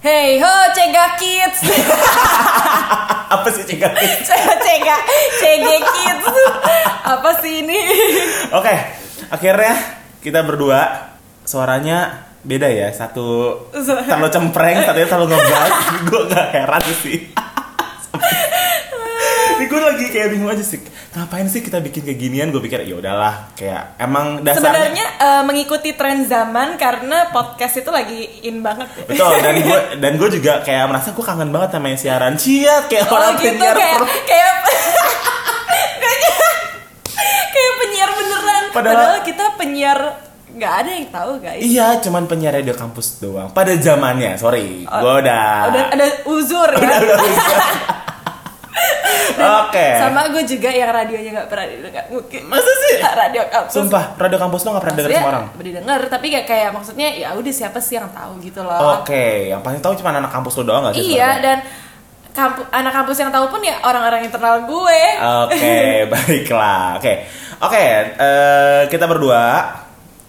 Hey ho Cega Kids Apa sih Cega Kids? Cega Cega Kids Apa sih ini Oke, akhirnya kita berdua suaranya beda ya. Satu Suara- terlalu cempreng, satunya terlalu ngebas. gue gak heran sih. Ini gue lagi kayak bingung aja sih. Ngapain sih kita bikin keginian? Gue pikir ya udahlah, kayak emang dasarnya Sebenarnya eh, mengikuti tren zaman Karena podcast itu lagi in banget ya. Betul, dan gue dan gue juga kayak merasa gue kangen banget sama yang siaran Ciat kayak Oh orang gitu penyiar kayak per- Kayak Kayak- Kayak penyiar beneran Padahal, Padahal- kita penyiar Gak ada yang tahu guys Iya, cuman penyiar radio kampus doang. Pada zamannya, sorry, gue Oh, Udah ada uzur ya Oke. Sama gue juga yang radionya gak pernah didengar Mungkin Masa sih? Radio kampus Sumpah, radio kampus lo gak pernah denger Maksudnya, sama Kan orang. didengar, tapi kayak kayak maksudnya ya udah siapa sih yang tahu gitu loh Oke, yang paling tahu cuma anak kampus lo doang gak sih? Oh, iya sebenarnya? dan kampu- anak kampus yang tahu pun ya orang-orang internal gue Oke, baiklah. Oke. Oke, eh, kita berdua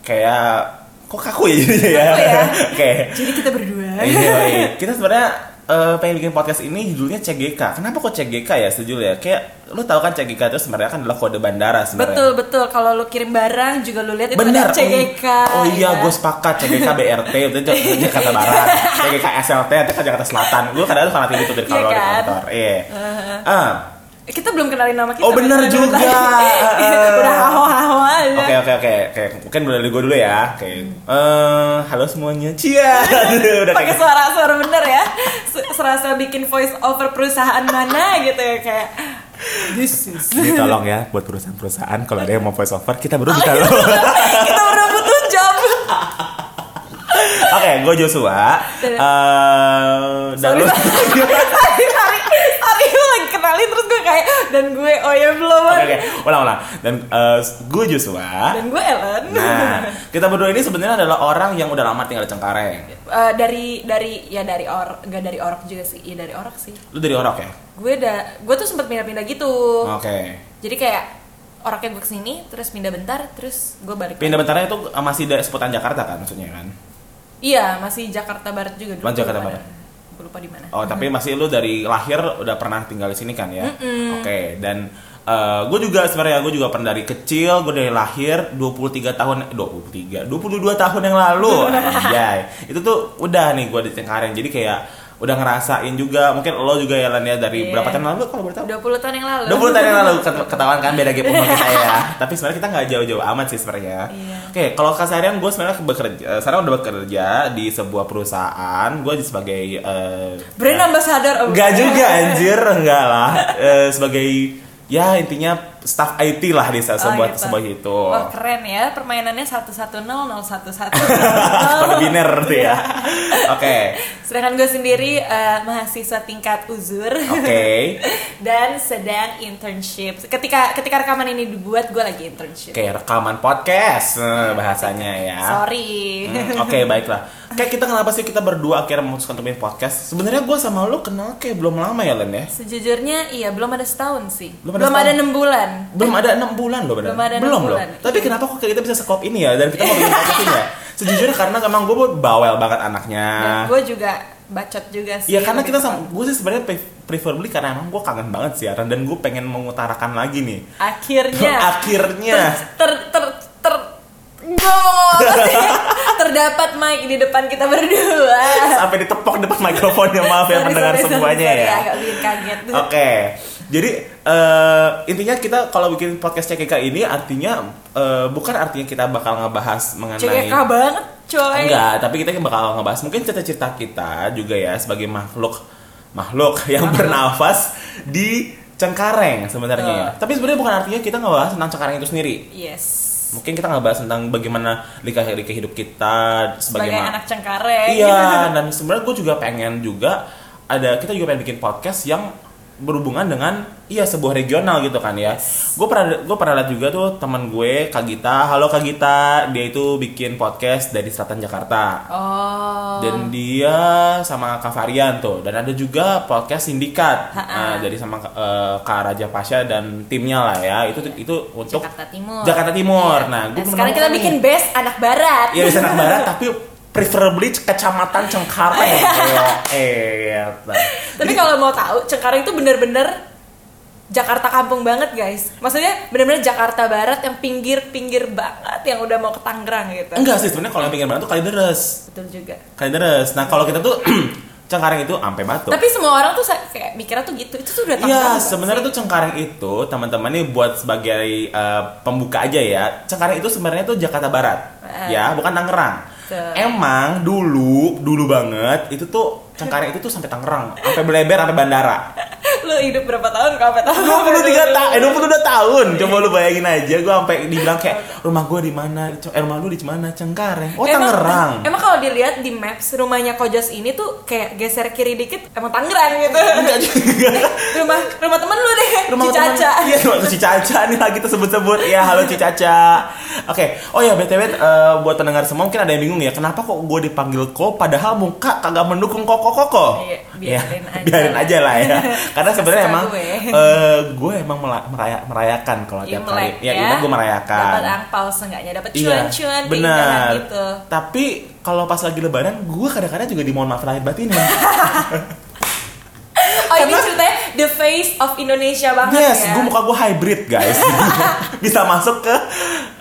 kayak kok kaku ya jadinya ya. Kaku ya. Oke. jadi kita berdua Iya, iya. kita sebenarnya eh, pengen bikin podcast ini judulnya CGK. Kenapa kok CGK ya sejul ya? Kayak lo tau kan CGK itu sebenarnya kan adalah kode bandara sebenarnya. betul betul kalau lu kirim barang juga lu lihat itu Bener. ada CGK Oh iya, ya. gue sepakat CGK BRT itu Jakarta Jakarta Barat, CGK SLT itu kan Jakarta Selatan. Gue kadang-kadang fanatik itu dari Iya kalau di kan? Uh-huh. kantor. Iya. Ah, kita belum kenalin nama kita Oh, bener Kita juga. kenalin lagi. Eh, eh. udah hawa hawa aja Oke oke oke oke mungkin mulai dari gue dulu ya. Oke. Eh, halo semuanya. Cia. Udah pakai kayak gitu. suara suara bener ya Se- serasa bikin voice over perusahaan mana gitu ya kayak this is Jadi tolong ya buat perusahaan-perusahaan kalau ada yang mau voice over kita Oh, baru iya. kita lo. kita udah butuh job Oke, gue Joshua. Dan- Eh dan Sorry, lu sorry, sorry, sorry, gue lagi kenalin terus gue kayak dan gue oh ya belum Oke oke, ulang-ulang. Dan eh, gue Joshua. dan gue Ellen Nah, kita berdua ini sebenarnya adalah orang yang udah lama tinggal di Cengkareng. Eh, dari dari ya dari or nggak dari orok juga sih ya dari orok sih Lu dari Orok ya? gue da gue tuh sempat pindah-pindah gitu Oke. jadi kayak orangnya gue kesini terus pindah bentar terus gue balik Pindah bentarnya itu eh, masih dari seputar Jakarta kan maksudnya kan? iya masih Jakarta Barat juga dulu Masih Jakarta Gue lupa Barat. ada- gue lupa di mana Oh, tapi masih lu dari lahir udah pernah tinggal di sini kan ya? Oke, dan gue juga sebenarnya gue juga pernah dari kecil, gue dari lahir 23 tahun eh, 23, 22 tahun yang lalu. Anjay. Itu tuh udah nih gue di Cengkareng. Jadi kayak udah ngerasain juga, mungkin lo juga ya Lan ya dari Iya. berapa tahun lalu kalau boleh tahu? 20 tahun yang lalu 20 tahun yang lalu ket- ketahuan kan beda gap umur kita ya. Tapi sebenarnya kita nggak jauh-jauh amat sih sebenarnya. Iya. Oke, kalau keseharian gue sebenarnya bekerja, eh, sekarang udah bekerja di sebuah perusahaan. Gue di sebagai eh, brand ambassador oh, Enggak bukan. juga anjir, enggak lah. Eh, sebagai ya intinya staff IT lah di se- Oh, sebuah gitu. sebuah itu. Wah keren ya permainannya satu satu nol nol satu satu. Kode biner tuh ya. Oke. Sedangkan gue sendiri eh, mahasiswa tingkat uzur Oke. dan sedang internship. Ketika ketika rekaman ini dibuat gue lagi internship. Kayak rekaman podcast eh, bahasanya ya. Sorry. Hmm, Oke baiklah. Kayak kita kenapa sih kita berdua akhirnya memutuskan untuk bikin podcast? Sebenarnya gue sama lo kenal kayak belum lama ya Len ya. Sejujurnya iya belum ada setahun sih. Belum ada Belum ada setahun. enam bulan. Belum ada enam bulan loh benar. Belum ada enam belum loh. bulan. Tapi kenapa kok kita bisa sekop ini ya dan kita mau bikin podcast ini ya? Sejujurnya karena emang gue bawel banget anaknya. Dan gue juga bacot juga Ya, sih. Nah. Iya karena kita sama sama gue sih sebenarnya pre- preferably karena emang gue kangen banget siaran dan gue pengen mengutarakan lagi nih. akhirnya Akhirnya. ter ter ter gue mau ngomong apa sih? terdapat mic di depan kita berdua. sampai ditepok depan mikrofonnya maaf ya Sorry, pendengar sorry, sorry, semuanya sorry, ya. agak bikin kaget. Oke, jadi eh, intinya kita kalau bikin podcast CKK ini artinya eh, bukan artinya kita bakal ngebahas mengenai CGK banget coy enggak, tapi kita bakal ngebahas mungkin cerita-cerita kita juga ya sebagai makhluk makhluk yang bernafas di Cengkareng sebenarnya. ya. Tapi sebenarnya bukan artinya kita ngebahas tentang Cengkareng itu sendiri. Yes Mungkin kita ngebahas tentang bagaimana lika-lika hidup kita sebagai Sebagai ma- anak cengkareng Iya, dan sebenarnya gue juga pengen juga ada kita juga pengen bikin podcast yang berhubungan dengan iya sebuah regional gitu kan ya. Gue pernah gue pernah lihat juga tuh teman gue Kak Gita, halo Kak Gita, dia itu bikin podcast dari selatan Jakarta. Oh Dan dia sama Kak Varian tuh, dan ada juga podcast Sindikat nah, dari sama eh, Kak Raja Pasha dan timnya lah ya. Itu itu untuk Jakarta Timur Jakarta Timur. Nah, gue Nah, sekarang kita bikin best anak barat Iya bisa anak Iya, barat tapi preferably kecamatan Oh, Cengkareng. iya. Iya, eh, Tapi kalau mau tahu, Cengkareng itu bener-bener Jakarta kampung banget guys. Maksudnya bener-bener Jakarta Barat yang pinggir-pinggir banget yang udah mau ke Tangerang gitu. enggak sih sebenarnya kalau yang pinggir banget tuh Kalideres. Betul juga. Kalideres. Nah, kalau kita tuh Cengkareng itu ampe batu. Tapi semua orang tuh sa- kayak mikirnya tuh gitu. Itu tuh udah Iya, Tangerang. sebenarnya tuh Cengkareng itu teman-teman nih buat sebagai eh, pembuka aja ya. Cengkareng itu sebenarnya tuh Jakarta Barat. Eh. Ya, bukan Tangerang. Betul. Emang dulu, dulu banget itu tuh Cengkareng itu tuh sampai Tangerang, sampai Bleber, sampai bandara. Lu hidup berapa tahun? Kau apa tahun? 23 tahun, eh 22 tahun. Coba lu bayangin aja gue sampai dibilang kayak rumah gue di mana? Eh rumah lu di mana? Cengkareng. Oh, Emang- Tangerang. Emang, kalau dilihat di maps rumahnya Kojas ini tuh kayak geser kiri dikit emang Tangerang gitu. Enggak juga. rumah rumah temen lu deh, Rumah Cicaca. teman- Iya, rumah Cicaca nih lagi tersebut-sebut. Ya, halo Cicaca. Oke. Oh ya, BTW eh, buat pendengar semua mungkin ada yang bingung ya, kenapa kok gue dipanggil Ko padahal muka kagak mendukung Koko Koko? Iya, Ya, biarin aja. biarin aja lah ya. Karena sebenarnya Terserah emang gue. eh, gue emang mela- meraya- merayakan kalau tiap kali. Imlek Ya, Imlek gue merayakan. Iya, Iya, Dapat angpau seenggaknya, dapat cuan-cuan keindahan benar. gitu. Tapi kalau pas lagi lebaran, gue kadang-kadang juga dimohon maaf lahir batin ya. Oh, ini ceritanya the face of Indonesia banget yes, ya. gue muka gue hybrid guys. bisa masuk ke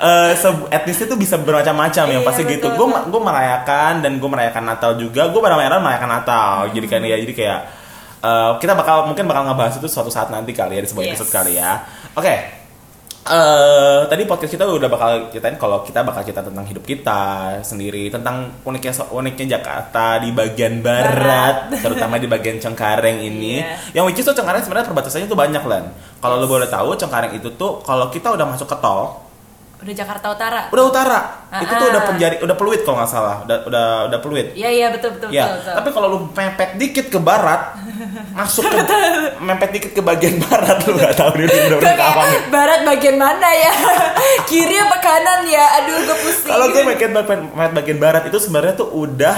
eh, se- etnisnya tuh bisa bermacam-macam yang Iya, pasti gitu. Gue betul, gue merayakan dan gue merayakan Natal juga. Gue bareng-bareng merayakan Natal. Hmm. Jadi kayak ya, jadi kayak eh, kita bakal mungkin bakal ngebahas itu suatu saat nanti kali ya di sebuah Yes. episode kali ya. Oke. Eh tadi podcast kita udah bakal ceritain kalau kita bakal cerita tentang hidup kita sendiri, tentang uniknya uniknya Jakarta di bagian barat, terutama di bagian Cengkareng ini. Iya. Yang which is tuh Cengkareng sebenarnya perbatasannya tuh banyak lan. Kalau lo boleh tahu Cengkareng itu tuh kalau kita udah masuk ke tol, Udah Jakarta Utara. udah utara. Itu tuh Ah-ah. udah penjari, udah peluit kalau nggak salah, udah udah udah peluit. Iya, iya, betul betul ya, betul. betul. tapi kalau lu mepet dikit ke barat, masuk ke mepet dikit ke bagian barat lu nggak tahu dia Gue udah kayak, "Ah, apa nih. barat bagian mana ya? Kiri apa kanan ya? Aduh, gue pusing. Kalau gue bagian, bagian bagian barat itu sebenarnya tuh udah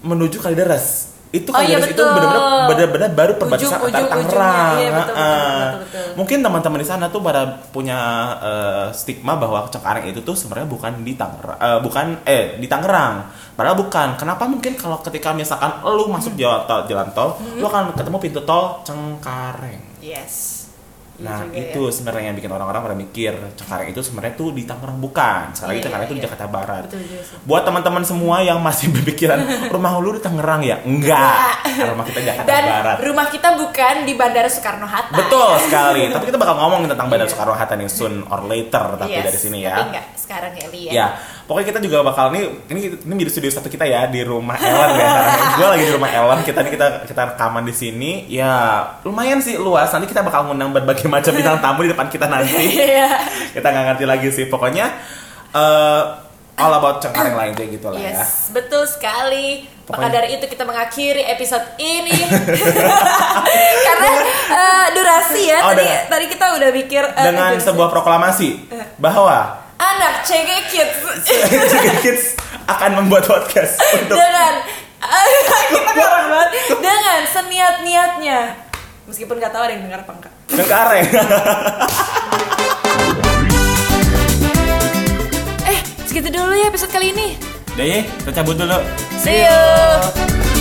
menuju Kalideres. Itu Oh, iya, Kalideres itu betul. benar-benar benar-benar baru perbatasan Ujung- antara ujung- Tangerang. ujungnya. Iya, betul, betul, Heeh. betul, betul, betul. Mungkin teman-teman di sana tuh pada punya eh, stigma bahwa Cengkareng itu tuh sebenarnya bukan di Tangerang, eh, bukan eh di Tangerang. Padahal bukan. Kenapa mungkin kalau ketika misalkan lu Hmm. masuk jalan tol, jalan tol, lu akan ketemu pintu tol Cengkareng. Yes. Iya Nah juga itu sebenarnya yang bikin orang-orang pada mikir Cengkareng itu sebenarnya tuh di Tangerang bukan Sekali lagi Iya, Cengkareng itu di iya. Jakarta Barat Betul juga sih. Buat teman-teman semua yang masih berpikiran Rumah lu di Tangerang ya? Enggak Rumah kita Jakarta Dan Barat rumah kita bukan di Bandara Soekarno Hatta. Betul sekali Tapi kita bakal ngomongin tentang Bandar Soekarno-Hatta nih Soon or later Tapi dari sini ya Iya. Tapi enggak sekarang ya, Li, ya. Ya, pokoknya kita juga bakal nih ini ini jadi studio satu kita ya di rumah Ellen ya. Gue lagi di rumah Ellen, kita nih kita kita rekaman di sini. Ya, lumayan sih luas. Nanti kita bakal ngundang berbagai macam bintang tamu di depan kita nanti. Iya. kita nggak ngerti lagi sih pokoknya eh all about cengkareng lain kayak gitu lah ya Yes, betul sekali. Maka Pokoknya- dari itu kita mengakhiri episode ini karena eh, durasi ya. Oh, tadi dengan- tadi kita udah mikir eh, dengan durasi. sebuah proklamasi bahwa anak CG Kids Chicken Kids akan membuat podcast untuk dengan kita keren banget dengan seniat niatnya meskipun nggak tahu ada yang dengar apa enggak. cengkareng Eh segitu dulu ya episode kali ini. deh kita cabut dulu See you.